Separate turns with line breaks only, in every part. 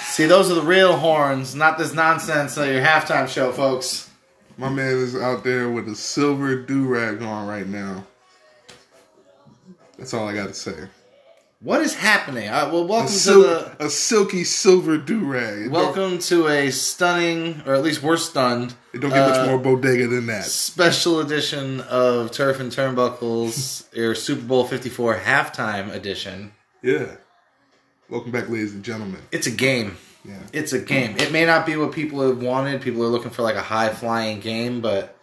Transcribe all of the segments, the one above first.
See, those are the real horns, not this nonsense of your halftime show, folks.
My man is out there with a silver do rag on right now. That's all I got to say.
What is happening? Uh, well,
A,
welcome
sil-
to the
a silky silver do rag.
welcome to a stunning, or at least we're stunned,
It don't get
uh,
much more bodega than that.
special edition of Turf and Turnbuckles, your Super Bowl Fifty Four halftime edition.
Yeah. Welcome back, ladies and gentlemen.
It's a game.
Yeah.
It's a game. It may not be what people have wanted. People are looking for like a high flying game, but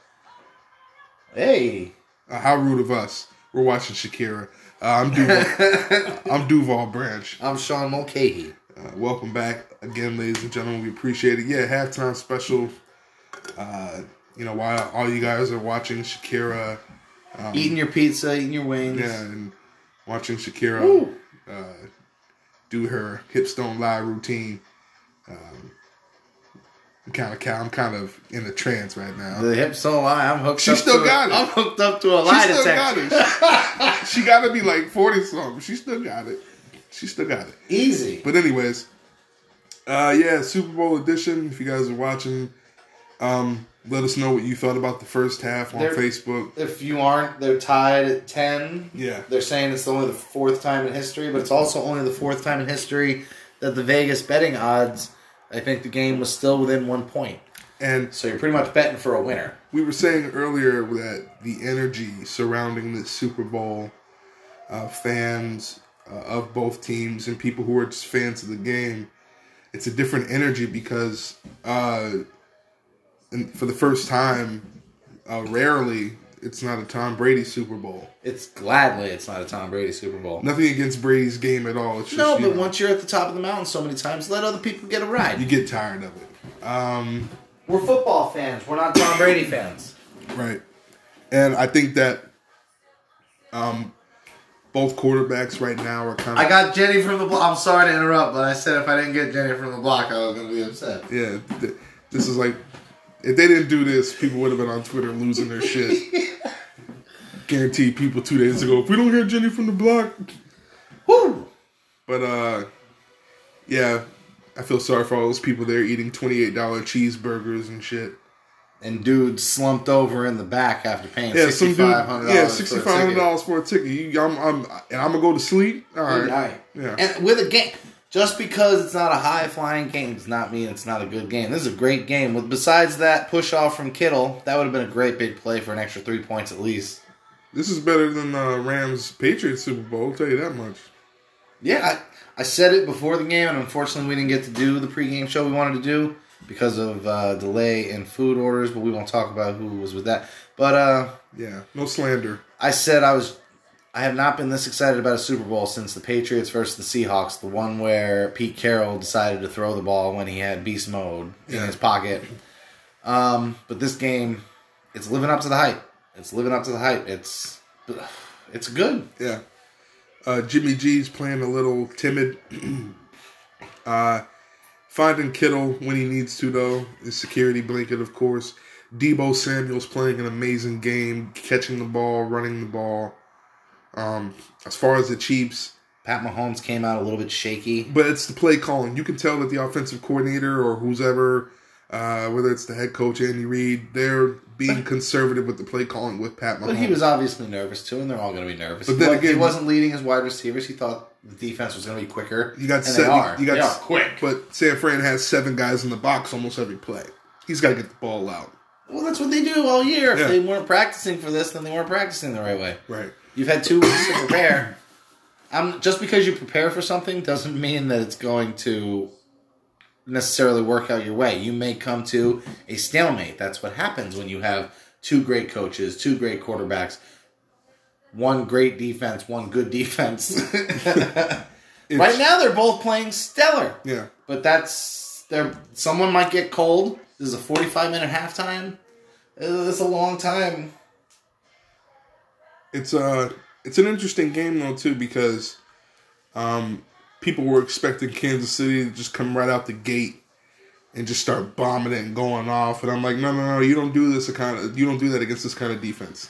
hey,
Uh, how rude of us. We're watching Shakira. Uh, I'm Duval. I'm Duval Branch.
I'm Sean Mulcahy.
Uh, welcome back again, ladies and gentlemen. We appreciate it. Yeah, halftime special. Uh, you know, while all you guys are watching Shakira,
eating your pizza, eating your wings.
Um, yeah, and watching Shakira
Woo.
uh, do her hipstone lie routine. Um, kind of, I'm kind of in a trance right now.
The hips don't lie. I'm hooked.
She
up
still
to
got
a,
it.
I'm hooked up to a
She
lie
still
detector.
got it. she got to be like forty something. She still got it. She still got it.
Easy.
But anyways, uh, yeah, Super Bowl edition. If you guys are watching, um, let us know what you thought about the first half on
There-
Facebook.
If you aren't, they're tied at ten.
Yeah,
They're saying it's only the fourth time in history, but it's also only the fourth time in history that the Vegas betting odds. I think the game was still within one point.
and
So you're pretty much betting for a winner.
we were saying earlier that the energy surrounding this Super Bowl, uh, fans uh, of both teams and people who are just fans of the game, it's a different energy because, uh, and for the first time, uh, rarely it's not a Tom Brady Super Bowl.
It's gladly it's not a Tom Brady Super Bowl.
Nothing against Brady's game at all. It's just,
No,
you
but
know,
once you're at the top of the mountain so many times, let other people get a ride.
you get tired of it, um,
We're football fans. We're not Tom Brady fans.
right? And I think that um, both quarterbacks right now are kind of
I got Jenny from the block. I'm sorry to interrupt, but I said if I didn't get Jenny from the block, I was going to be upset.
yeah. Th- this is like if they didn't do this, people would have been on Twitter losing their shit. Guaranteed, people two days ago. If we don't hear Jenny from the block,
Woo!
But uh yeah, I feel sorry for all those people there eating twenty eight dollar cheeseburgers and shit.
And dude slumped over in the back after paying
Yeah, some
sixty
dude.
five hundred
Yeah,
dollars.
sixty five hundred dollars for a ticket. You, I'm, I'm, and I'm gonna go to sleep. All right. Yeah.
And with a game, just because it's not a high flying game does not mean it's not a good game. This is a great game. With besides that push off from Kittle, that would have been a great big play for an extra three points at least.
this is better than uh, Rams Patriots Super Bowl. I'll tell you that much.
Yeah, I, I said it before the game, and unfortunately, we didn't get to do the pregame show we wanted to do because of uh, delay in food orders. But we won't talk about who was with that. But uh,
Yeah. No slander.
I said I was. I have not been this excited about a Super Bowl since the Patriots versus the Seahawks, the one where Pete Carroll decided to throw the ball when he had beast mode in
Yeah.
his pocket. Um, but this game, it's living up to the hype. It's living up to the hype. It's it's good.
Yeah. Uh, Jimmy G's playing a little timid. uh, finding Kittle when he needs to, though. His security blanket, of course. Debo Samuel's playing an amazing game, catching the ball, running the ball. Um, as far as the Chiefs,
Pat Mahomes came out a little bit shaky.
but it's the play calling. You can tell that the offensive coordinator or whoever, uh, whether it's the head coach Andy Reid, they're being conservative with the play calling with Pat Mahomes.
But he was obviously nervous too, and they're all going to be nervous.
But then
He wa- he
again-
wasn't leading his wide receivers. He thought the defense was going to be quicker.
You got
and
seven.
they are.
You got
They are quick.
But San Fran has seven guys in the box almost every play. He's got to get the ball out.
Well, that's what they do all year. If
Yeah.
they weren't practicing for this, then they weren't practicing the right way.
Right.
You've had two weeks to prepare. Um, just because you prepare for something doesn't mean that it's going to necessarily work out your way. You may come to a stalemate. That's what happens when you have two great coaches, two great quarterbacks, one great defense, one good defense. right now, they're both playing stellar.
Yeah.
But that's there. Someone might get cold. This is a forty-five minute halftime. Uh, That's a long time.
It's uh it's an interesting game though too because um people were expecting Kansas City to just come right out the gate and just start bombing it and going off and I'm like no no no you don't do this kind of you don't do that against this kind of defense.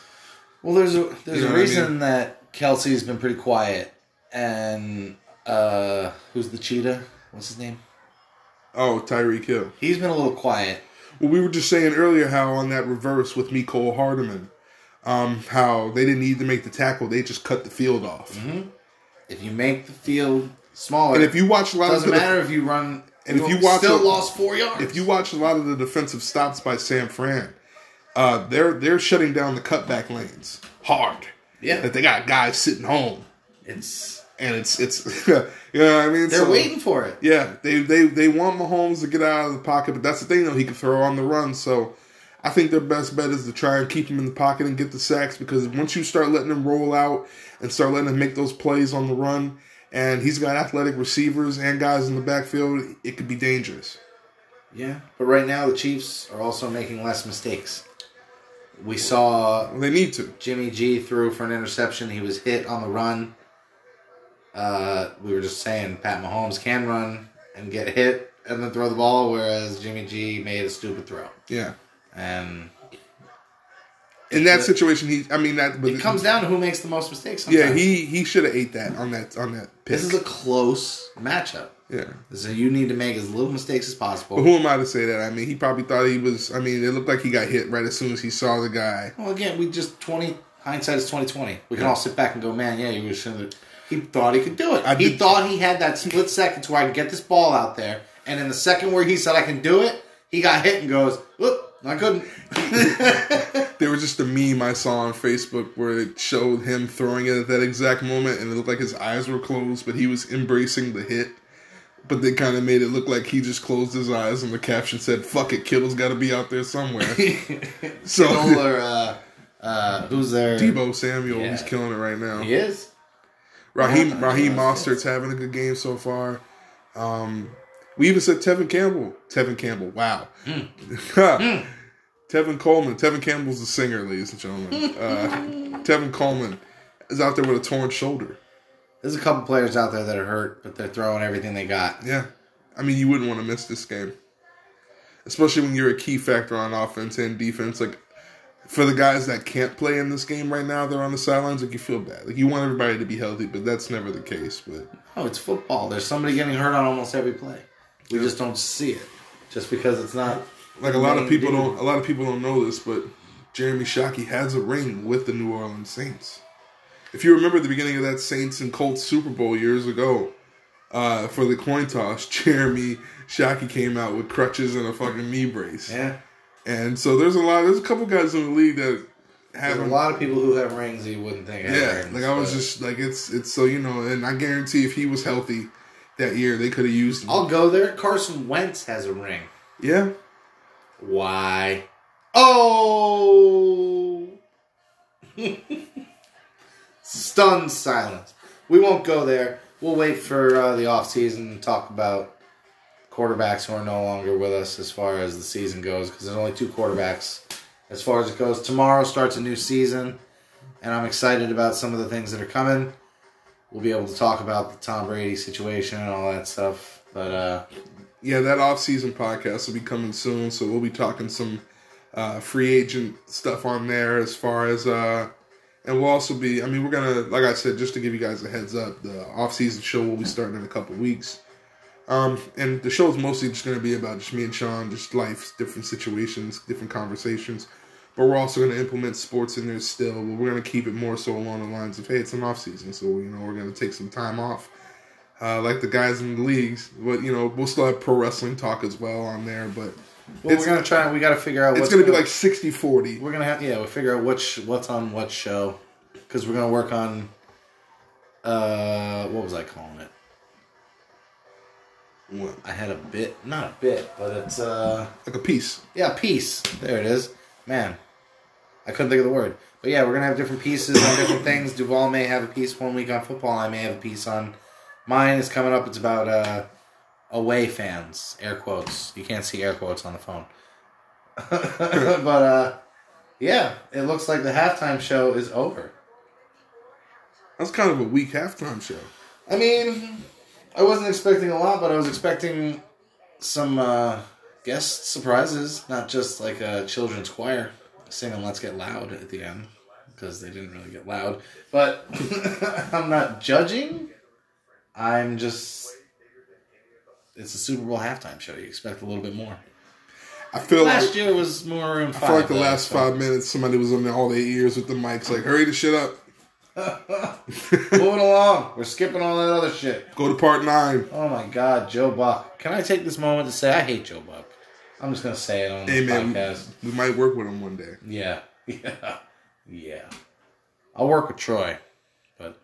Well, there's a there's
You
a
know what I
reason
mean?
that Kelsey's been pretty quiet, and uh, who's the cheetah? What's his name?
Oh, Tyreek Hill.
He's been a little quiet.
Well, we were just saying earlier how on that reverse with Nicole Hardeman, um, how they didn't need to make the tackle; they just cut the field off.
If you make the field smaller,
And if you watch a lot
doesn't
of the,
matter if you run.
And if you watch
still
a-
lost four yards.
if you watch a lot of the defensive stops by Sam Fran, uh, they're they're shutting down the cutback lanes hard.
Yeah.
that they got guys sitting home,
it's
and it's it's you know what I mean.
they're
So-
waiting for it.
Yeah, they they they want Mahomes to get out of the pocket, but that's the thing though he can throw on the run. So I think their best bet is to try and keep him in the pocket and get the sacks because once you start letting him roll out and start letting him make those plays on the run, and he's got athletic receivers and guys in the backfield, it could be dangerous.
Yeah, but right now the Chiefs are also making less mistakes. We saw
They need to.
Jimmy G threw for an interception. He was hit on the run. Uh, we were just saying Pat Mahomes can run and get hit and then throw the ball, whereas Jimmy G made a stupid throw.
Yeah.
And
In that
But-
situation, he. I mean, that. But
it comes down to who makes the most mistakes. Sometimes.
Yeah, he he should have ate that on that on that pick.
This is a close matchup,
yeah.
so you need to make as little mistakes as
But
possible.
who am I to say that? I mean, he probably thought he was. I mean, it looked like he got hit right as soon as he saw the guy.
Well, again, we just twenty hindsight is twenty twenty. We can all sit back and go, man, yeah, you should. He thought he could do it.
I
he
did-
thought he had that split second to where I could get this ball out there, and in the second where he said I can do it, he got hit and goes, "Whoop, I couldn't."
There was just a meme I saw on Facebook where it showed him throwing it at that exact moment, and it looked like his eyes were closed, but he was embracing the hit. But they kind of made it look like he just closed his eyes, and the caption said, "Fuck it, Kittle's got to be out there somewhere." so
Solar, uh, uh, who's there?
Debo Samuel,
Yeah.
he's killing it right now.
He is.
Raheem
Yeah.
Raheem
Yeah.
Mostert's having a good game so far. Um, we even said Tevin Campbell. Tevin Campbell. Wow. Tevin Coleman. Tevin Campbell's the singer, ladies and gentlemen. Uh, Tevin Coleman is out there with a torn shoulder.
There's a couple players out there that are hurt, but they're throwing everything they got.
Yeah. I mean, you wouldn't want to miss this game, especially when you're a key factor on offense and defense. Like for the guys that can't play in this game right now, they're on the sidelines. Like you feel bad. Like you want everybody to be healthy, but that's never the case. But
Oh, it's football. There's somebody getting hurt on almost every play. We just don't see it, just because it's not.
like a lot of
Main
people
dude.
don't a lot of people don't know this, but Jeremy Shockey has a ring with the New Orleans Saints. If you remember the beginning of that Saints and Colts Super Bowl years ago, uh, for the coin toss, Jeremy Shockey came out with crutches and a fucking knee brace.
Yeah.
And so there's a lot there's a couple guys in the league that have
There's a
them.
lot of people who have rings that you wouldn't think have
Yeah,
rings.
like I was
but-
just like it's it's so you know, and I guarantee if he was healthy that year they could have used him.
I'll go there. Carson Wentz has a ring.
yeah.
Why? Oh! Stunned silence. We won't go there. We'll wait for uh, the offseason and talk about quarterbacks who are no longer with us as far as the season goes because there's only two quarterbacks as far as it goes. Tomorrow starts a new season, and I'm excited about some of the things that are coming. We'll be able to talk about the Tom Brady situation and all that stuff. But uh,
Yeah, that off-season podcast will be coming soon, so we'll be talking some uh, free agent stuff on there as far as uh and we'll also be I mean, we're going to like I said just to give you guys a heads up, the off-season show will be starting in a couple weeks. Um and the show's mostly just going to be about just me and Sean, just life, different situations, different conversations. But we're also going to implement sports in there still, but we're going to keep it more so along the lines of hey, it's an off-season, so you know, we're going to take some time off uh, like the guys in the leagues. But you know, we'll still have pro wrestling talk as well on there. But
well,
it's
we're gonna try. We gotta figure out.
it's
what's
going to be
going-
like 60-40.
We're gonna have yeah, we'll figure out which what's on what show because we're gonna work on uh what was I calling it?
What?
I had a bit, not a bit, but it's uh
like a piece.
yeah, piece. There it is, man. I couldn't think of the word, but yeah, we're gonna have different pieces on different things. Duval may have a piece one week on football. I may have a piece on mine. Is coming up. It's about uh away fans. Air quotes. You can't see air quotes on the phone. but uh yeah, it looks like the halftime show is over.
That's kind of a weak halftime show.
I mean, I wasn't expecting a lot, but I was expecting some uh, guest surprises, not just like a children's choir singing "Let's Get Loud" at the end because they didn't really get loud. But I'm not judging. I'm just it's a Super Bowl halftime show. You expect a little bit more.
I feel like
Last year was more room five.
I feel like the
though,
last
so-
five minutes, somebody was on there all their ears with the mics, like, "Hurry the shit up,
Moving along. We're skipping all that other shit.
go to part nine.
Oh my God, Joe Buck. Can I take this moment to say I hate Joe Buck? I'm just gonna say it on the
Hey man,
podcast.
we, we might work with him one day.
Yeah, yeah, yeah. I'll work with Troy, but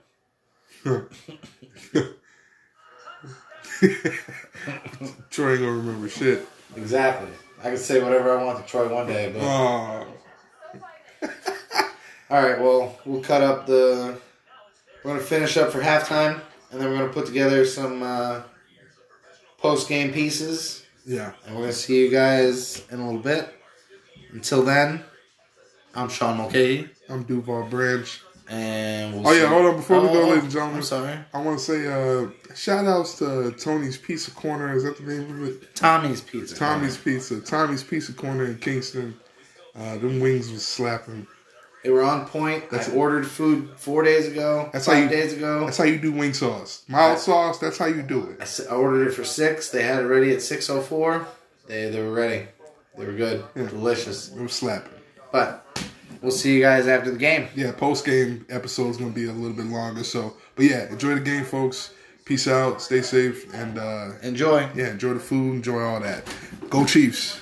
Troy ain't gonna remember shit.
exactly. I can say whatever I want to Troy one day. But
Oh,
all right, well, we'll cut up the. We're gonna finish up for halftime, and then we're gonna put together some uh, post game pieces,
yeah.
and we're gonna see you guys in a little bit. Until then, I'm Sean Mulcahy,
I'm Duval Branch.
and we'll
Oh,
see
yeah, hold on, before we go, ladies and
I'm
gentlemen.
sorry.
I want to say uh, shout outs to Tony's Pizza Corner. Is that the name of it?
Tommy's Pizza.
Tommy's Pizza. Tommy's Pizza Corner in Kingston. Uh, them wings was slapping.
They were on point.
That's
I
it.
ordered food four days ago.
That's how
five
you-
days ago.
That's how you do wing sauce. Mild sauce, that's how you do
I
it.
s- I ordered it for six. They had it ready at six oh four. They they were ready. They were good, delicious.
It was slapping.
But we'll see you guys after the game.
Yeah, post game episode is going to be a little bit longer. So, but yeah, enjoy the game, folks. Peace out. Stay safe. And uh,
Enjoy.
yeah, enjoy the food. Enjoy all that. Go Chiefs.